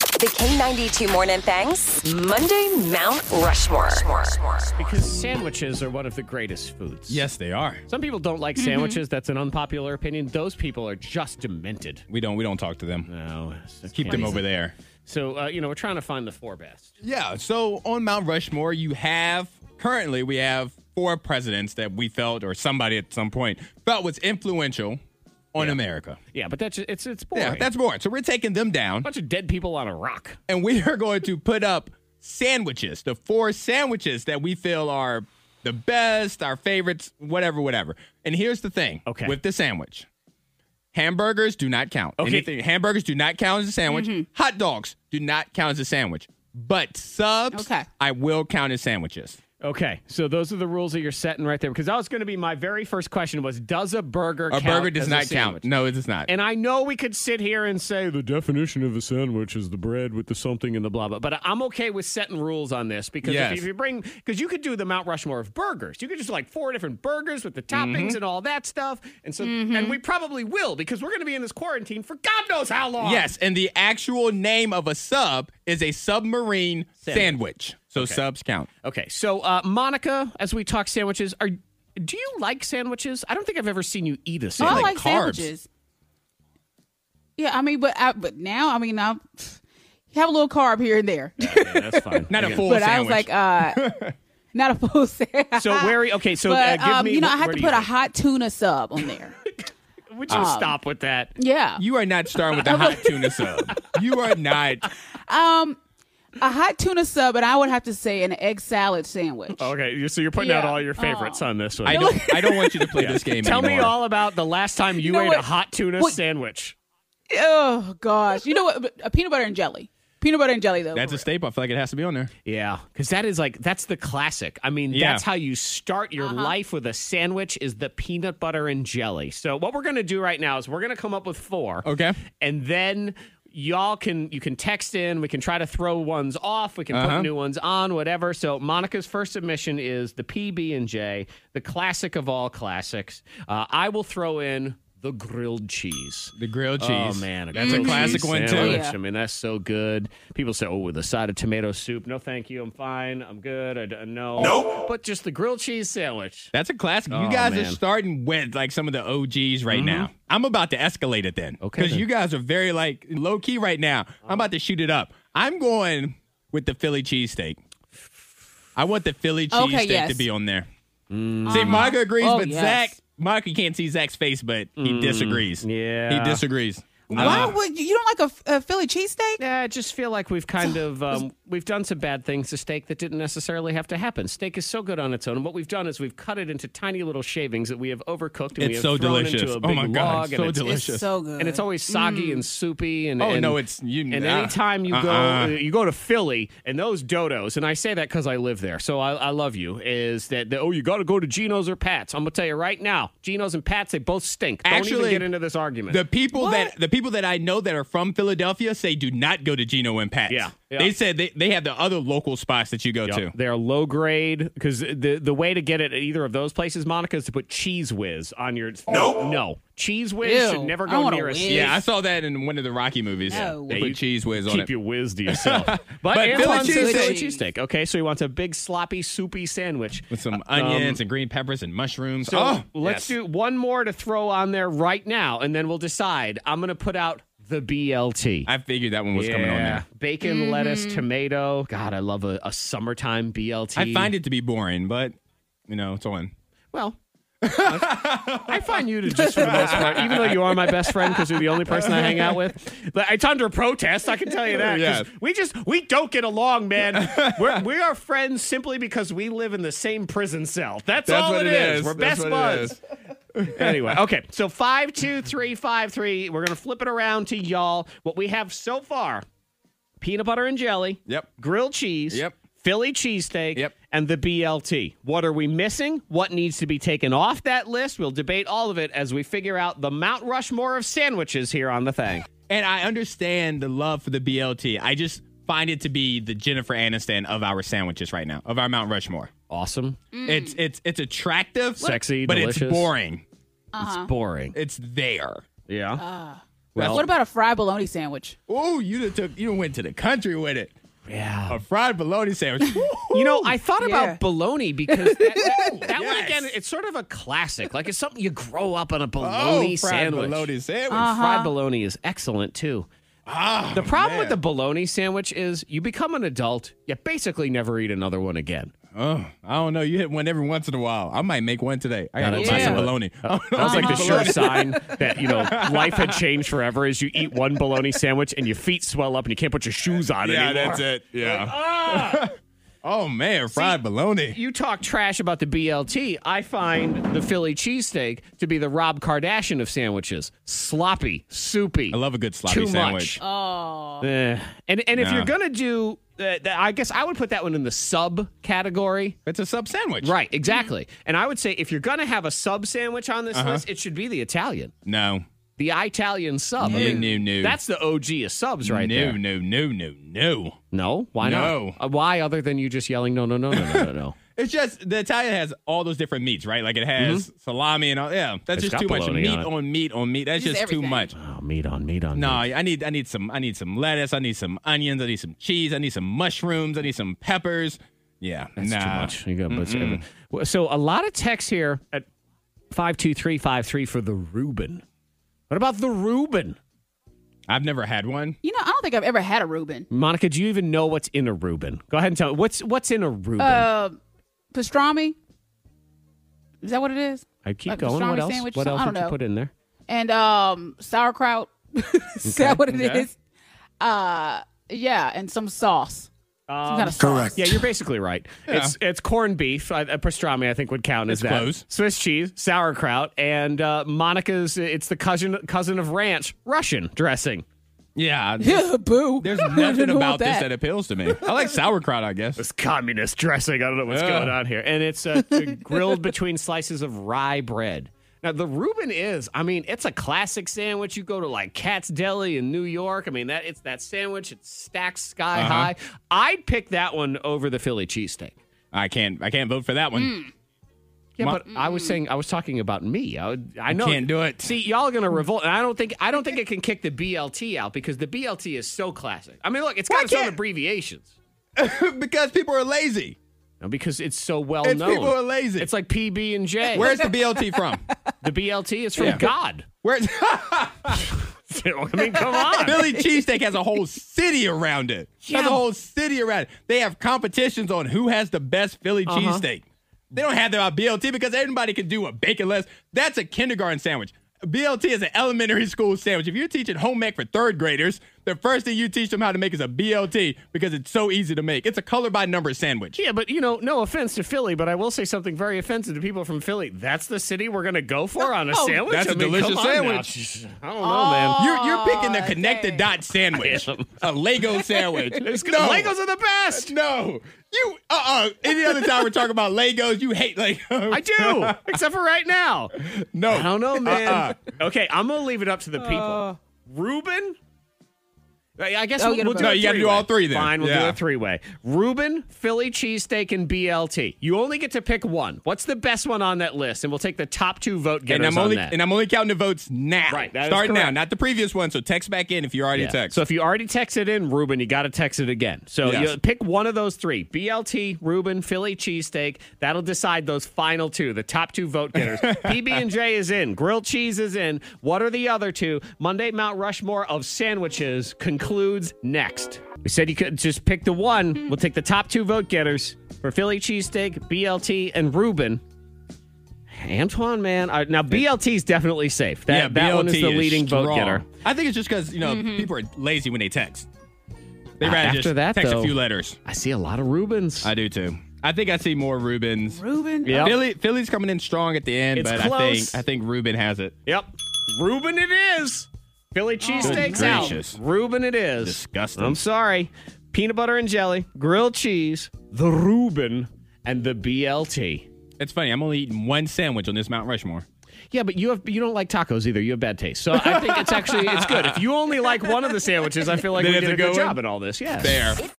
The K92 Morning Thanks, Monday Mount Rushmore. Because sandwiches are one of the greatest foods. Yes, they are. Some people don't like Mm-hmm. sandwiches. That's an unpopular opinion. Those people are just demented. We don't. We don't talk to them. No. so Keep them can't- over there. So, uh, you know, we're trying to find the four best. Yeah. So on Mount Rushmore, you have currently we have four presidents that we felt or somebody at some point felt was influential on America. Yeah, but that's it's it's boring. Yeah, that's boring. So we're taking them down, a bunch of dead people on a rock. and we are going to put up sandwiches, the four sandwiches that we feel are the best, our favorites, whatever, whatever. And here's the thing. Okay. With the sandwich. Hamburgers do not count. Okay. Mm-hmm. Anything- hamburgers do not count as a sandwich. Hot dogs do not count as a sandwich. But subs, Okay. I will count as sandwiches. Okay, so those are the rules that you're setting right there. Because that was going to be my very first question: was does a burger A count burger does as not a count. sandwich? No, it does not. And I know we could sit here and say the definition of a sandwich is the bread with the something and the blah blah. But I'm okay with setting rules on this because Yes. if, if you bring, because you could do the Mount Rushmore of burgers. You could just like four different burgers with the Mm-hmm. toppings and all that stuff. And so, Mm-hmm. and we probably will because we're going to be in this quarantine for God knows how long. Yes, and the actual name of a sub is a submarine sandwich. So subs count. Okay. So, uh, Monica, as we talk sandwiches, are do you like sandwiches? I don't think I've ever seen you eat a I sandwich. like like carbs. sandwiches. Yeah, I mean, but I, but now I mean, I have a little carb here and there. that's fine. Not a full but sandwich. I was like, uh, not a full sandwich. So where? Okay, so uh, but give um, me. you know, wh- I have where to do you put a think? hot tuna sub on there. Would you stop with that? yeah, You are not starting with the hot tuna sub. You are not. a hot tuna sub, and I would have to say an egg salad sandwich. Oh, Okay, you- so you're putting out Yeah. Oh. all your favorites on this one. I don't. I don't want you to play this game. Tell me anymore. all about the last time you, know ate a what? hot tuna What- sandwich. Oh gosh, you know what? A peanut butter and jelly. Peanut butter and jelly though. That's for a real. staple. I feel like it has to be on there. Yeah, because that is like that's the classic. I mean, Yeah. that's how you start your Uh-huh. life with a sandwich is the peanut butter and jelly. So what we're gonna do right now is we're gonna come up with four. Okay. and then y'all can you can text in. We can try to throw ones off. We can Uh-huh. put new ones on, whatever. So Monica's first submission is the PB and J, the classic of all classics. Uh, I will throw in the grilled cheese. The grilled cheese. Oh man, that's a grilled classic cheese one sandwich. too. Yeah. I mean, that's so good. People say, "Oh, with a side of tomato soup." No, thank you. I'm fine. I'm good. I, d- no. Nope. But just the grilled cheese sandwich. That's a classic. Oh, you guys man. Mm-hmm. are starting with like some of the OGs right now. I'm about to escalate it then. Okay, Because then. you guys are very like low key right now. I'm about to shoot it up. I'm going with the Philly cheesesteak. I want the Philly cheesesteak Okay, yes. to be on there. Mm. See, Monica agrees, Oh, but yes. Zach, Monica can't see Zach's face, but he disagrees. Mm. yeah. He disagrees. Uh, uh, Why would you, you don't like a, a Philly cheesesteak? Yeah, I just feel like we've kind of um, we've done some bad things to steak that didn't necessarily have to happen. Steak is so good on its own. And what we've done is we've cut it into tiny little shavings that we have overcooked and we It's have so thrown delicious. into a Oh big my log. God, it's and so it's, delicious. It's so good. Mm. and it's always soggy and soupy and Oh, and- no, it's- you- and ah, anytime you uh-uh. go you go to Philly and those dodos and I say that because I live there so I, I love you is that the, oh you got to go to Geno's or Pat's I'm gonna tell you right now Geno's and Pat's they both stink don't even Actually, get into this argument The people that the people that I know that are from Philadelphia say do not go to Gino and Pat's. Yeah, yeah. They said they, they have the other local spots that you go Yep. to. They're low grade because the the way to get it at either of those places, Monica, is to put cheese whiz on your. No, no, cheese whiz Ew. should never I go want a near a. whiz. sandwich. Yeah, I saw that in one of the Rocky movies. No. They Yeah, put you cheese whiz on Keep it. your whiz to yourself. But, Philly Antoine says cheesesteak. Philly cheesesteak. Okay, so he wants a big sloppy soupy sandwich. with some onions and green peppers and mushrooms. um, So oh, let's yes. do one more to throw on there right now, and then we'll decide. I'm going to put out the BLT. I figured that one was coming on there. Bacon, lettuce, Mm-hmm. tomato. God, I love a, a summertime BLT. I find it to be boring, but you know it's on. Well, I find you to just for the most part, even though you are my best friend because you're the only person I hang out with. But it's under protest. I can tell you that. 'cause Yeah. We just we don't get along, man. We're, we are friends simply because we live in the same prison cell. That's, That's all what it it is. is. We're That's best what it buds. anyway, okay. So five, two, three, five, three. We're gonna flip it around to y'all. What we have so far: peanut butter and jelly. Yep. Grilled cheese. Yep. Philly cheesesteak Yep. and the BLT. What are we missing? What needs to be taken off that list? We'll debate all of it as we figure out the Mount Rushmore of sandwiches here on the thing. And I understand the love for the BLT. I just find it to be the Jennifer Aniston of our sandwiches right now, of our Mount Rushmore. Awesome. It's it's it's attractive, Sexy, but delicious. Uh-huh. it's boring. It's boring. It's there. Yeah. Well- Uh, What about a fried bologna sandwich? Oh, you done took you done went to the country with it. Yeah. A fried bologna sandwich. Woo-hoo. You know, I thought Yeah. about bologna because that, that, that one Yes. again, it's sort of a classic. Like it's something you grow up on a bologna oh, fried sandwich. bologna sandwich. Fried bologna is excellent too. Ah, the problem with the bologna sandwich is you become an adult, you basically never eat another one again. Oh, I don't know. You hit one every once in a while. I might make one today. I got That a was bunch of like- bologna. That was like the sure sign that you know life had changed forever. Is you eat one bologna sandwich and your feet swell up and you can't put your shoes on yeah, anymore. ah. that's it. Yeah. oh man, fried bologna. You talk trash about the BLT. I find the Philly cheesesteak to be the Rob Kardashian of sandwiches. Sloppy, soupy. I love a good sloppy Too sandwich. Much. Eh. and and if Nah. you're gonna do, uh, th- I guess I would put that one in the sub category. It's a sub sandwich. Right, exactly. And I would say if you're gonna have a sub sandwich on Uh-huh. this list, it should be the Italian, No. the Italian sub. I No, mean, no, no. That's the OG of subs right no, there. no, no, no, no. No, why No. not? Uh, why other than you just yelling no, no, no, no, no, no, no. It's just the Italian has all those different meats, right? Like it has salami and all. Yeah, that's Mm-hmm. It's just got too much bologna meat on it. on, meat on meat. That's Just just too everything. much. Oh, meat on meat on. No, meat. I need I need some I need some lettuce. I need some onions. I need some cheese. I need some mushrooms. I need some peppers. Yeah, That's nah. too much. You gotta put some- Well, So a lot of text here at five two three five three for the Reuben. What about the Reuben, I've never had one. You know, I don't think I've ever had a Reuben. Monica? Do you even know what's in a Reuben? Go ahead and tell me what's what's in a Reuben. Uh, Pastrami. Is that what it is? I keep like going. What pastrami else? sandwich, what so- else I don't did you know. put in there? And um, sauerkraut. is that what it is? okay. Uh, yeah, and some sauce. Um, some kind of sauce. Correct. Yeah, you're basically right. It's it's corned beef. Uh, uh, pastrami, I think, would count as It's that. close. Swiss cheese, sauerkraut, and uh, Monica's. It's the cousin cousin of ranch, Russian dressing. Yeah, Yeah, boo. there's I nothing don't want about this that appeals to me. I like sauerkraut, I guess. It's communist dressing. I don't know what's Yeah. going on here. And it's uh, grilled between slices of rye bread. Now the Reuben is, I mean, it's a classic sandwich. You go to like Cat's Deli in New York. I mean, that it's that sandwich. It stacks sky Uh-huh. high. I'd pick that one over the Philly cheesesteak. I can't I can't vote for that one. Yeah, My- but I was saying I was talking about me. I, would- I know can't do it. See, y'all are gonna revolt, and I don't think I don't think it can kick the BLT out because the BLT is so classic. I mean, look, it's got Why its own can't- abbreviations Hmm. because people are lazy. No, because it's so well It's known. people are lazy. It's like PB and J. Where's the BLT from? the BLT? Is from Yeah. God. Where's I mean, come on. Philly cheesesteak has a whole city around it. Has a whole city around it. They have competitions on who has the best Philly cheesesteak. They don't have that about BLT because everybody can do a baconless. That's a kindergarten sandwich. BLT is an elementary school sandwich. If you're teaching home ec for third graders, the first thing you teach them how to make is a BLT because it's so easy to make. It's a color by number sandwich. Yeah, but you know, no offense to Philly, but I will say something very offensive to people from Philly. That's the city we're gonna go for on a sandwich. Oh, that's a a delicious Oh, sandwich. I don't know, man. You're, you're picking the connected dot sandwich, Damn. a Lego sandwich. It's good. No. Legos are the best. No, you. Uh uh Any other time we're talking about Legos, you hate Legos. I do, except for right now. No. I don't know, man. Uh-uh. Okay, I'm gonna leave it up to the people. Reuben. I I guess Uh. Oh, you we'll, we'll gotta vote. do No, a you gotta do all three-way. three then. Fine, we'll do Yeah. a three-way. Reuben, Philly cheesesteak, and BLT. You only get to pick one. What's the best one on that list? And we'll take the top two vote getters And I'm on only that. and I'm only counting the votes now. Right, that is Start now, correct. not the previous one. So text back in if you already Yeah. text. So if you already texted in, Ruben, you got to text it again. So Yes. you pick one of those three: BLT, Ruben, Philly cheesesteak. That'll decide those final two, the top two vote getters. PB and J is in. Grilled cheese is in. What are the other two? Monday Mount Rushmore of sandwiches concludes next. We said you could just pick the one. We'll take the top two vote getters for Philly cheesesteak, BLT, and Ruben. Antoine, man. All right, now BLT is definitely safe. That, yeah, that one is BLT the leading vote strong. getter. I think it's just because you know people are lazy when they text. They rather after just that, text though- a few letters. I see a lot of Rubens. I do too. I think I see more Rubens. Reuben. Yeah. Philly, Philly's coming in strong at the end, It's but I close. think I think Ruben has it. Yep. Reuben it is. Philly cheesesteaks Oh, Good out. gracious. Reuben it is. Disgusting. I'm sorry. Peanut butter and jelly, grilled cheese, the Reuben, and the BLT. It's funny. I'm only eating one sandwich on this Mount Rushmore. Yeah, but you have you don't like tacos either. You have bad taste. So I think it's actually it's good. If you only like one of the sandwiches, I feel like Then we it's did a a good good one? job in all this. Yeah. There.